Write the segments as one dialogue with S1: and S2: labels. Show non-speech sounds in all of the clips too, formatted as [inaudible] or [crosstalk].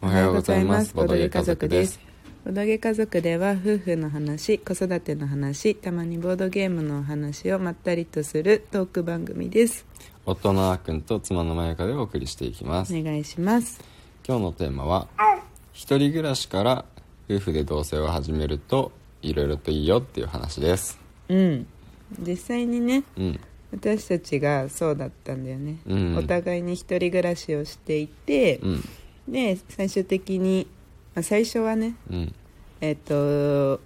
S1: おはようございますボドゲ家族です
S2: ボドゲ家族では夫婦の話子育ての話たまにボードゲームのお話をまったりとするトーク番組です
S1: 夫のあーくんと妻のまゆかでお送りしていきます、
S2: お願いします
S1: 今日のテーマは一人暮らしから夫婦で同棲を始めるといろいろといいよっていう話です
S2: うん実際にね
S1: うん
S2: 私たちがそうだったんだよね、
S1: うん
S2: お互いに一人暮らしをしていて
S1: う、ん
S2: で最終的に、まあ、最初はね
S1: うん
S2: えっ、と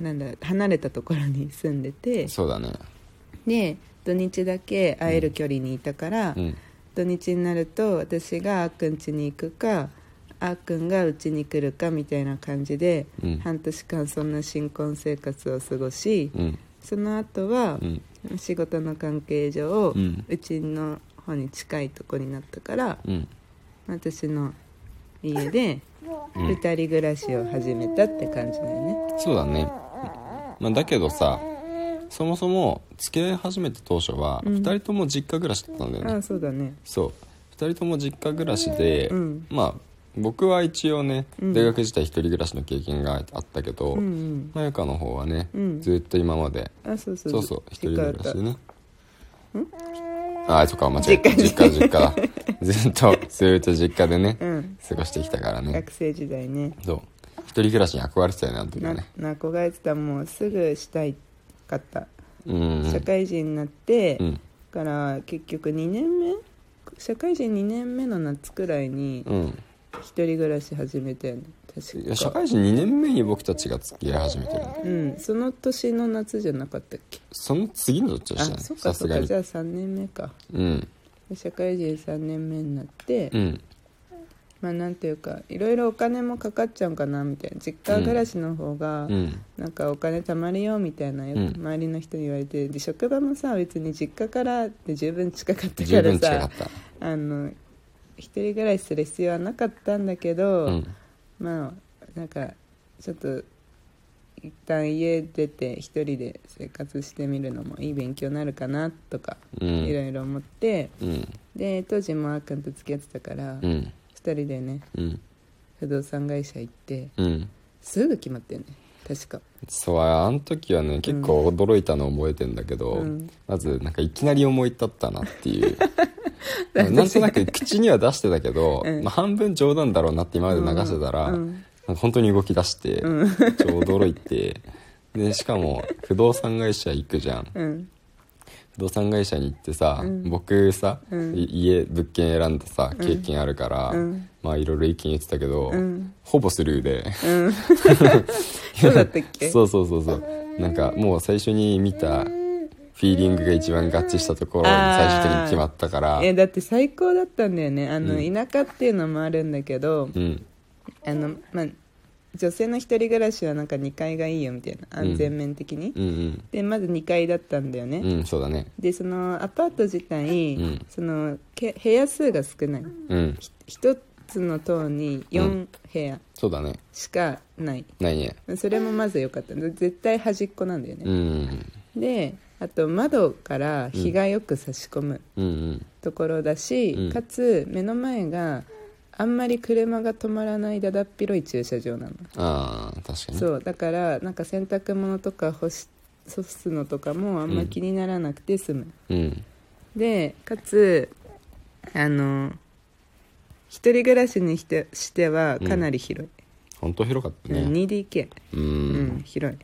S2: なんだ離れたところに住んでて
S1: そうだね
S2: で土日だけ会える距離にいたから、
S1: うん
S2: 土日になると私があっくん家に行くかあっくんがうちに来るかみたいな感じで、
S1: うん
S2: 半年間そんな新婚生活を過ごし、
S1: うん
S2: その後は
S1: う、ん
S2: 仕事の関係
S1: う
S2: 上、うんちの方に近いとこになったから
S1: うん
S2: 私の家で
S1: うん
S2: 2人暮らしを始めたって感じだよね、
S1: そうだね、まあ、だけどさそもそも付き合い始めた当初は
S2: うん
S1: 2人とも実家暮らしだったんだよね、
S2: ああそうだね
S1: そう2人とも実家暮らしで、
S2: うん
S1: まあ僕は一応ね、
S2: うん
S1: 大学時代一人暮らしの経験があったけど、
S2: うんうん
S1: まゆかの方はね、
S2: うん
S1: ずっと今まで
S2: あそうそう
S1: そうそう一人暮らしでね
S2: 実
S1: ああそっか間違えた実
S2: 実
S1: 家実家だずっとずっと実家でね、
S2: うん
S1: 過ごしてきたからね
S2: 学生時代ね
S1: そう一人暮らしに憧れてたよねあの時は
S2: な
S1: ね
S2: 憧れてたもうすぐしたいかった、
S1: うんうん
S2: 社会人になって、
S1: うん
S2: から結局2年目社会人2年目の夏くらいに
S1: うん
S2: 一人暮らし始めたよね確
S1: い
S2: か
S1: や社会人2年目に僕たちが付き合い始めてるの
S2: うんその年の夏じゃなかったっけ
S1: その次の年
S2: あ
S1: だね
S2: そっ
S1: さ
S2: か
S1: す
S2: そっ
S1: が
S2: か
S1: に
S2: じゃあ3年目か
S1: うん
S2: 社会人3年目になって、
S1: うん
S2: まあなんていうかいろいろお金もかかっちゃうかなみたいな実家暮らしの方が、
S1: うん
S2: なんかお金貯まるよみたいなよく
S1: うん
S2: 周りの人に言われて、で職場もさ別に実家からって十分近かった
S1: 十
S2: から
S1: 分近か
S2: さ
S1: った
S2: あの一人暮らしする必要はなかったんだけど、
S1: うん
S2: まあなんかちょっと一旦家出て一人で生活してみるのもいい勉強になるかなとか
S1: う
S2: いろ
S1: ん
S2: いろ思って、
S1: うん
S2: で当時もあーくんと付き合ってたから、
S1: う
S2: 二
S1: ん
S2: 人でね
S1: うん
S2: 不動産会社行って
S1: うん
S2: すぐ決まったよね確か。
S1: そうあの時はね結構驚いたのを覚えてんだけど、
S2: うん
S1: まずなんかいきなり思い立ったなって
S2: [laughs]
S1: いうなんとなく口には出してたけど、
S2: うん
S1: まあ、半分冗談だろうなって今まで流してたら、
S2: うんうん
S1: なんか本当に動き出して、ちょっと驚いてでしかも不動産会社行くじゃん
S2: うん
S1: 不動産会社に行ってさ、
S2: うん
S1: 僕さ、
S2: うん
S1: い家物件選んでさ経験あるから、
S2: うん
S1: まあいろいろ意見言ってたけど、
S2: うん
S1: ほぼスルーで。 [laughs]
S2: うん、そうだったっけ
S1: そうそうそうそうなんかもう最初に見たフィーリングが一番合致したところに最終的に決まったから
S2: えだって最高だったんだよねあの、
S1: うん
S2: 田舎っていうのもあるんだけど
S1: うん
S2: あの、まあ、女性の一人暮らしはなんか2階がいいよみたいな安全面的に、
S1: うん
S2: でまず2階だったんだよね、
S1: うんうんそうだね
S2: でそのアパート自体、
S1: うん
S2: そのけ部屋数が少ない
S1: うん
S2: 1つの棟に4部屋
S1: そうだね
S2: しかない、
S1: ないね
S2: それもまず良かった絶対端っこなんだよ
S1: う
S2: ね、
S1: ん
S2: であと窓から日がよく差し込む、
S1: うんうん
S2: ところだし、
S1: うん
S2: かつ目の前があんまり車が止まらないだだっ広い駐車場なの、
S1: ああ確かに
S2: そうだからなんか洗濯物とか干し干すのとかもあんま気にならなくて済む、
S1: うん
S2: でかつあの一人暮らしにしてしてはかなり広
S1: 本当広かった
S2: い、
S1: ね
S2: 2DK、
S1: う
S2: うん
S1: ん
S2: 広い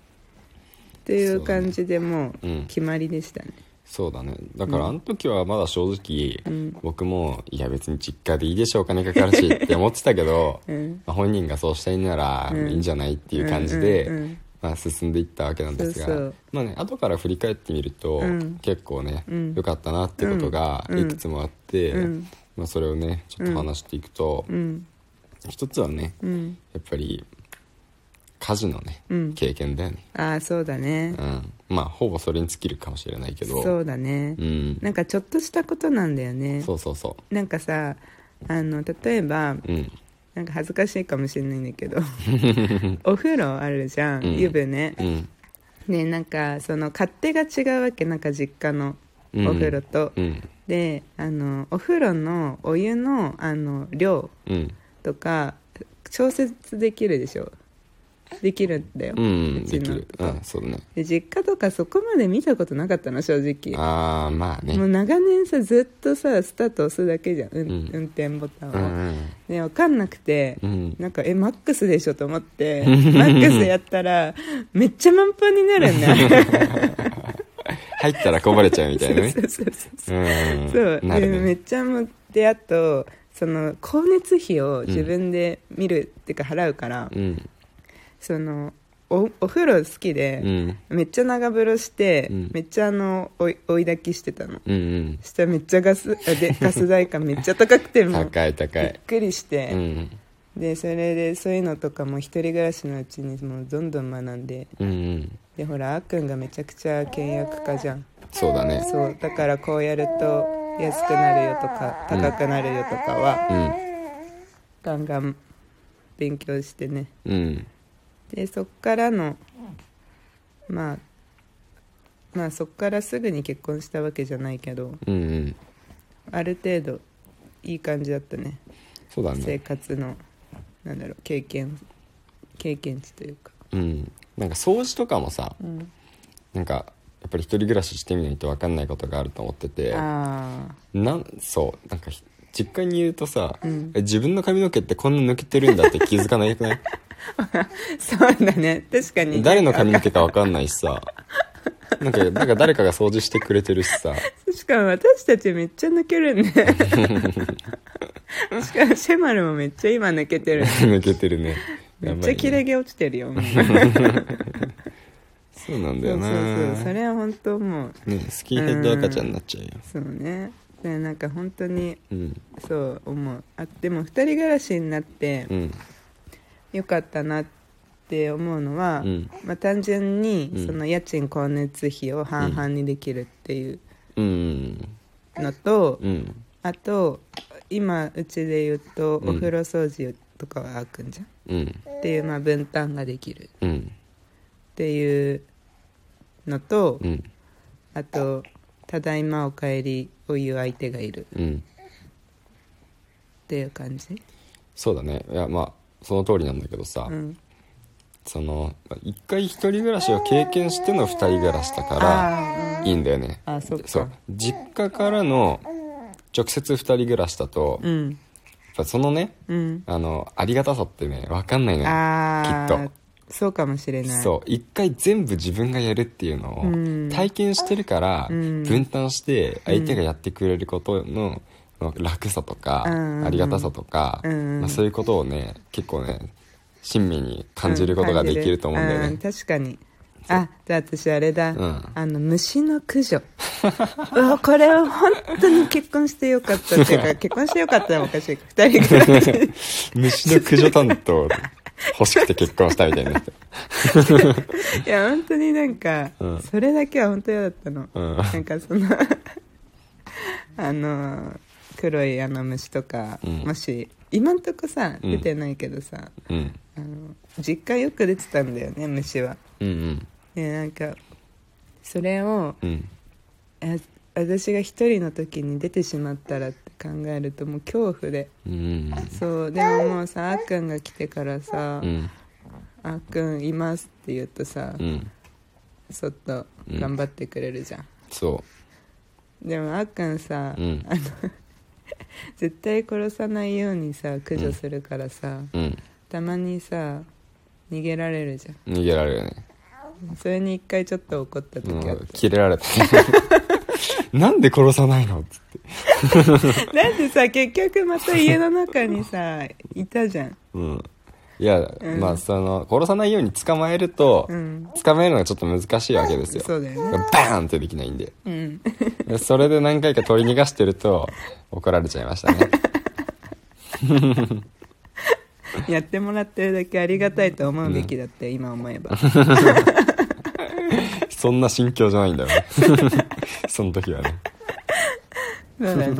S2: という感じでもう
S1: うん
S2: 決まりでしたね
S1: そうだねだからあの時はまだ正直
S2: うん
S1: 僕もいや別に実家でいいでしょお金かかるしって思ってたけど
S2: うん
S1: まあ本人がそうしたいなら
S2: うん
S1: いいんじゃないっていう感じで、
S2: うんうん
S1: まあ、進んでいったわけなんですが
S2: そうそう
S1: まあね後から振り返ってみると、
S2: うん
S1: 結構ね良、
S2: うん
S1: かったなってことが
S2: うん
S1: いくつもあって、
S2: うん
S1: まあ、それをねちょっと話していくと、
S2: うん
S1: 一つはね
S2: うんうん
S1: やっぱり家事のね、
S2: うん
S1: 経験だよね、
S2: ああそうだね、
S1: うん、まあほぼそれに尽きるかもしれないけど
S2: そうだね、
S1: うん、
S2: なんかちょっとしたことなんだよね
S1: そうそうそ
S2: なんかさあの例えば
S1: ううん
S2: なんか恥ずかしいかもしれないんだ
S1: [laughs]
S2: けどお風呂あるじゃん、
S1: うん
S2: 湯船
S1: うん
S2: でなんかその勝手が違うわけなんか実家の
S1: うん
S2: お風呂と、
S1: うん
S2: であのお風呂のお湯のあの量
S1: うん
S2: とか調節できるでしょできるんだよ、
S1: うんうんで
S2: ちの
S1: きる
S2: と
S1: うん
S2: か
S1: そうだね
S2: で実家とかそこまで見たことなかったの正直
S1: ああまあね
S2: もう長年さずっとさスタート押すだけじゃん、うん
S1: うん
S2: 運転ボタンを、
S1: うん
S2: ね分かんなくて、
S1: うん
S2: なんかえマックスでしょと思っ
S1: [laughs]
S2: てマックスやったらめっちゃ満帆になるん
S1: [laughs]
S2: だ
S1: 入ったらこぼれちゃうみたいなね
S2: そうそうそう
S1: うん
S2: そう、
S1: なる
S2: でめ
S1: ね
S2: っちゃもうであとその光熱費を自分で見る、ってか払うから、
S1: うん
S2: そのおお風呂好き
S1: う
S2: で、
S1: ん
S2: めっちゃ長風呂して、
S1: うん
S2: めっちゃあの追い追い抱きしてたの
S1: うんうん
S2: したらめっちゃガスあでガス代がめっちゃ高くてもう
S1: 高い高
S2: びっ
S1: い
S2: くりし
S1: う
S2: て、
S1: ん
S2: でそれでそういうのとかも一人暮らしのうちにもうどんどん学んで
S1: うんうん
S2: でほらあっくんがめちゃくちゃ倹約家じゃん
S1: そうだね
S2: そうだからこうやると安くなるよとか
S1: うん
S2: 高くなるよとか
S1: うん
S2: は、ガンガン勉強してね
S1: うん
S2: でそっからのまあまあそっからすぐに結婚したわけじゃないけど
S1: うんうん
S2: ある程度いい感じだったね
S1: そうだ
S2: 生
S1: ね
S2: 活のなんだろう経験経験値というか
S1: うんなんか掃除とかもさ
S2: うん
S1: なんかやっぱり一人暮らししてみないと分かんないことがあると思ってて
S2: ああ
S1: なんそうなんかひ実家にいるとさ、え自分の髪の毛ってこんな抜けてるんだって気づかないく
S2: [laughs]
S1: ない
S2: そうだね確かに
S1: 誰の髪の毛か分かんないしさなんかなんか誰かが掃除してくれてるしさ
S2: しかも私たちめっちゃ抜けるね
S1: [laughs]
S2: しかもシェマルもめっちゃ今抜けてる
S1: 抜けてるね
S2: め
S1: や
S2: っ
S1: ばい
S2: ちゃ
S1: ね
S2: 切れ毛落ち
S1: [laughs]
S2: てるよもう
S1: そうなんだよな
S2: そうそうそうそれは本当もう
S1: ねスキンヘッド赤ちゃんになっちゃうよ
S2: そうねでなんか本当に
S1: うん
S2: そう思うあでも二人暮らしになって
S1: うん
S2: よかったなって思うのは、
S1: うん
S2: まあ、単純
S1: う
S2: に
S1: ん
S2: その家賃光熱費を半々にできるっていう
S1: うん
S2: のと、
S1: うん
S2: あと今うちで言うと
S1: うん
S2: お風呂掃除とかはあっくんじゃん、
S1: うん
S2: っていう、まあ、分担ができるっ
S1: うん
S2: ていうのと、
S1: うん
S2: あと「ただいまおかえり」を言う相手がいる
S1: うん
S2: っていう感じ
S1: そうだねいやまあその通りなんだけどさ、
S2: うん
S1: そのまあ一回一人暮らしを経験しての二人暮らしだから
S2: あ
S1: いいんだよね
S2: ああそっか
S1: そう実家からの直接2人暮らしだと、
S2: う
S1: やっ
S2: ん
S1: ぱそのね
S2: うん
S1: あのありがたさってね分かんないのよ
S2: あ
S1: きっ
S2: あそうかもしれない
S1: そう一回全部自分がやるっていうの
S2: うん
S1: を体験してるから
S2: うん
S1: 分担して相手がやってくれることのの楽さとか
S2: うん
S1: ありがたさとか、
S2: うん
S1: まあ、そういうことをね結構ね親身に感じることができると思うんだよ
S2: う
S1: ね、
S2: 確かにあじゃあ私あれだ、
S1: ん
S2: あの虫の駆除うわこれは本当に結婚してよかったってい
S1: [laughs]
S2: うか結婚してよかったらおかしい二人ぐらい
S1: 虫の駆除担当欲しくて結婚したみたいに
S2: [laughs]
S1: なって、
S2: いや本当になんか、
S1: うん
S2: それだけは本当嫌だったの、
S1: うん
S2: なんかその [laughs] あの黒いあの虫とか、
S1: うん
S2: もし今んとこさ
S1: うん
S2: 出てないけどさ、
S1: うん、
S2: あの実家よく出てたんだよね虫は
S1: うんうん
S2: でなんかそれを
S1: うん
S2: あ私が一人の時に出てしまったらって考えるともう恐怖で
S1: うん
S2: そうでももうさあっくんが来てからさ「
S1: うん
S2: あっくんいます」って言うとさ、
S1: うん
S2: そっと
S1: うん
S2: 頑張ってくれるじゃん、
S1: そ
S2: でもあっくんさ、
S1: ううん
S2: あの絶対殺さないようにさ駆除するからさ、
S1: うん
S2: たまにさ逃げられるじゃ
S1: 逃げられるよね
S2: んそれに一回ちょっと怒った時あ
S1: も
S2: っ
S1: うキレられた [laughs] なんで殺さないのつって
S2: た [laughs] なんでさ結局また家の中にさいたじゃん
S1: うんいや、
S2: うん
S1: まあその殺さないように捕まえると、
S2: うん
S1: 捕まえるのがちょっと難しいわけですよ
S2: そうだよね
S1: バーンってできないんで
S2: うん
S1: でそれで何回か取り逃がしてると怒られちゃいました
S2: [laughs]
S1: ね
S2: [laughs] やってもらってるだけありがたいと思うべきだって、今思え [laughs] ば
S1: そんな心境じゃないんだよね [laughs] その時はね
S2: そうだね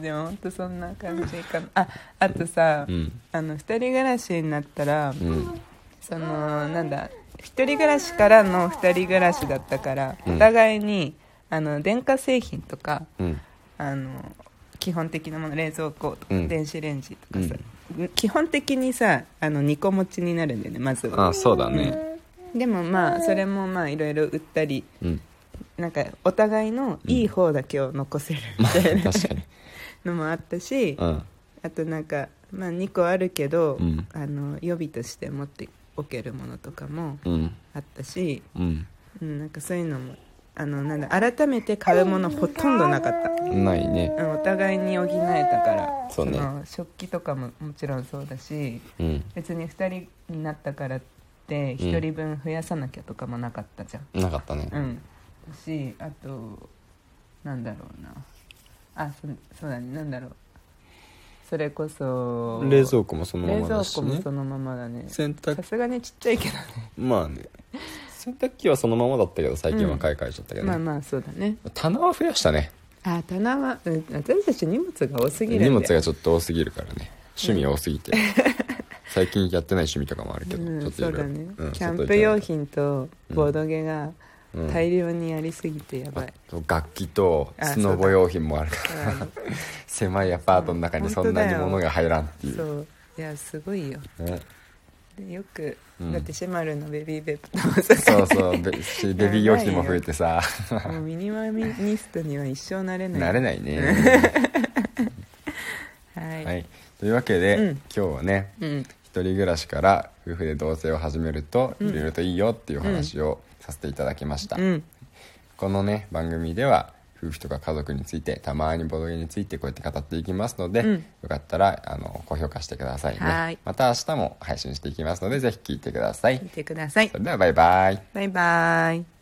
S2: でも本当そんな感じかなああとさ、
S1: うん
S2: あの二人暮らしになったら
S1: うん
S2: そのなんだ一人暮らしからの二人暮らしだったから、
S1: うん
S2: お互いにあの電化製品とか
S1: うん
S2: あの基本的なもの冷蔵庫と
S1: う
S2: か、
S1: ん
S2: 電子レンジとかさ、基本的にさあの2個持ちになるんだよねまずは
S1: あそうだね
S2: でもまあそれもまあいろいろ売ったり
S1: うん
S2: なんかお互いのいい方だけを残せるみ
S1: まあ
S2: たいな
S1: 確
S2: [laughs]
S1: かに
S2: のもあったし、
S1: うん
S2: あとなんか、まあ、2個あるけど、
S1: うん
S2: あの予備として持っておけるものとかも
S1: うん
S2: あったし、
S1: うん
S2: うん、なんかそういうのもあのなんだ改めて買うものほとんどなかった、
S1: ないね
S2: うん、お互いに補えたから
S1: そうね
S2: の食器とかももちろんそうだし
S1: うん
S2: 別に2人になったからって1人分増やさなきゃとかもなかったじゃん
S1: なかったね
S2: うん、しあとなんだろうなあそそうだねなんだろうそれこそ
S1: 冷蔵庫もそのま
S2: 冷
S1: ま
S2: 蔵
S1: だし
S2: 庫も
S1: ね
S2: そのままだねさ
S1: 洗濯
S2: すがにちっちゃいけどね
S1: まあね洗濯機はそのままだったけど最近は買い替えちゃったけどね
S2: まあまあそうだね
S1: 棚は増やしたね
S2: あ棚は、うん、私たち荷物が多すぎるんで
S1: 荷物がちょっと多すぎるからね趣味多すぎて [laughs] 最近やってない趣味とかもあるけど
S2: う
S1: ちょっと
S2: ん、そ
S1: いうろい
S2: だ
S1: ろ
S2: ね、
S1: うん
S2: キャンプ用
S1: ちょっ
S2: 品とボードゲが
S1: と行かない
S2: 大量にやりすぎてや
S1: と
S2: ば
S1: うん
S2: い、
S1: あと楽器と
S2: あ
S1: スノボ用品もある
S2: [laughs]
S1: から
S2: だから
S1: 狭いアパートの中にそんなに
S2: 本当だよ
S1: 物が入らん [laughs] ってい
S2: そうういやすごいよ
S1: ね
S2: でよく、
S1: うん
S2: だってシェマルのベビーベップともさ
S1: そうそう
S2: [laughs]
S1: ベしベビー用品も増えてさ
S2: もうミニマミニストには一生なれない。
S1: [laughs] 慣れないね
S2: はい。
S1: はいというわけで
S2: うん
S1: 今日はね
S2: うん。
S1: 一人暮らしから夫婦で同棲を始めるといろいろといいよっていうお話をさせていただきました
S2: うん。
S1: このね番組では夫婦とか家族についてたまにボドゲについてこうやって語っていきますので、
S2: うん
S1: よかったらあの高評価してくださいね
S2: はい
S1: また明日も配信していきますのでぜひ聞いてください
S2: 見てください
S1: そ。れではバイバイ
S2: バイバイ。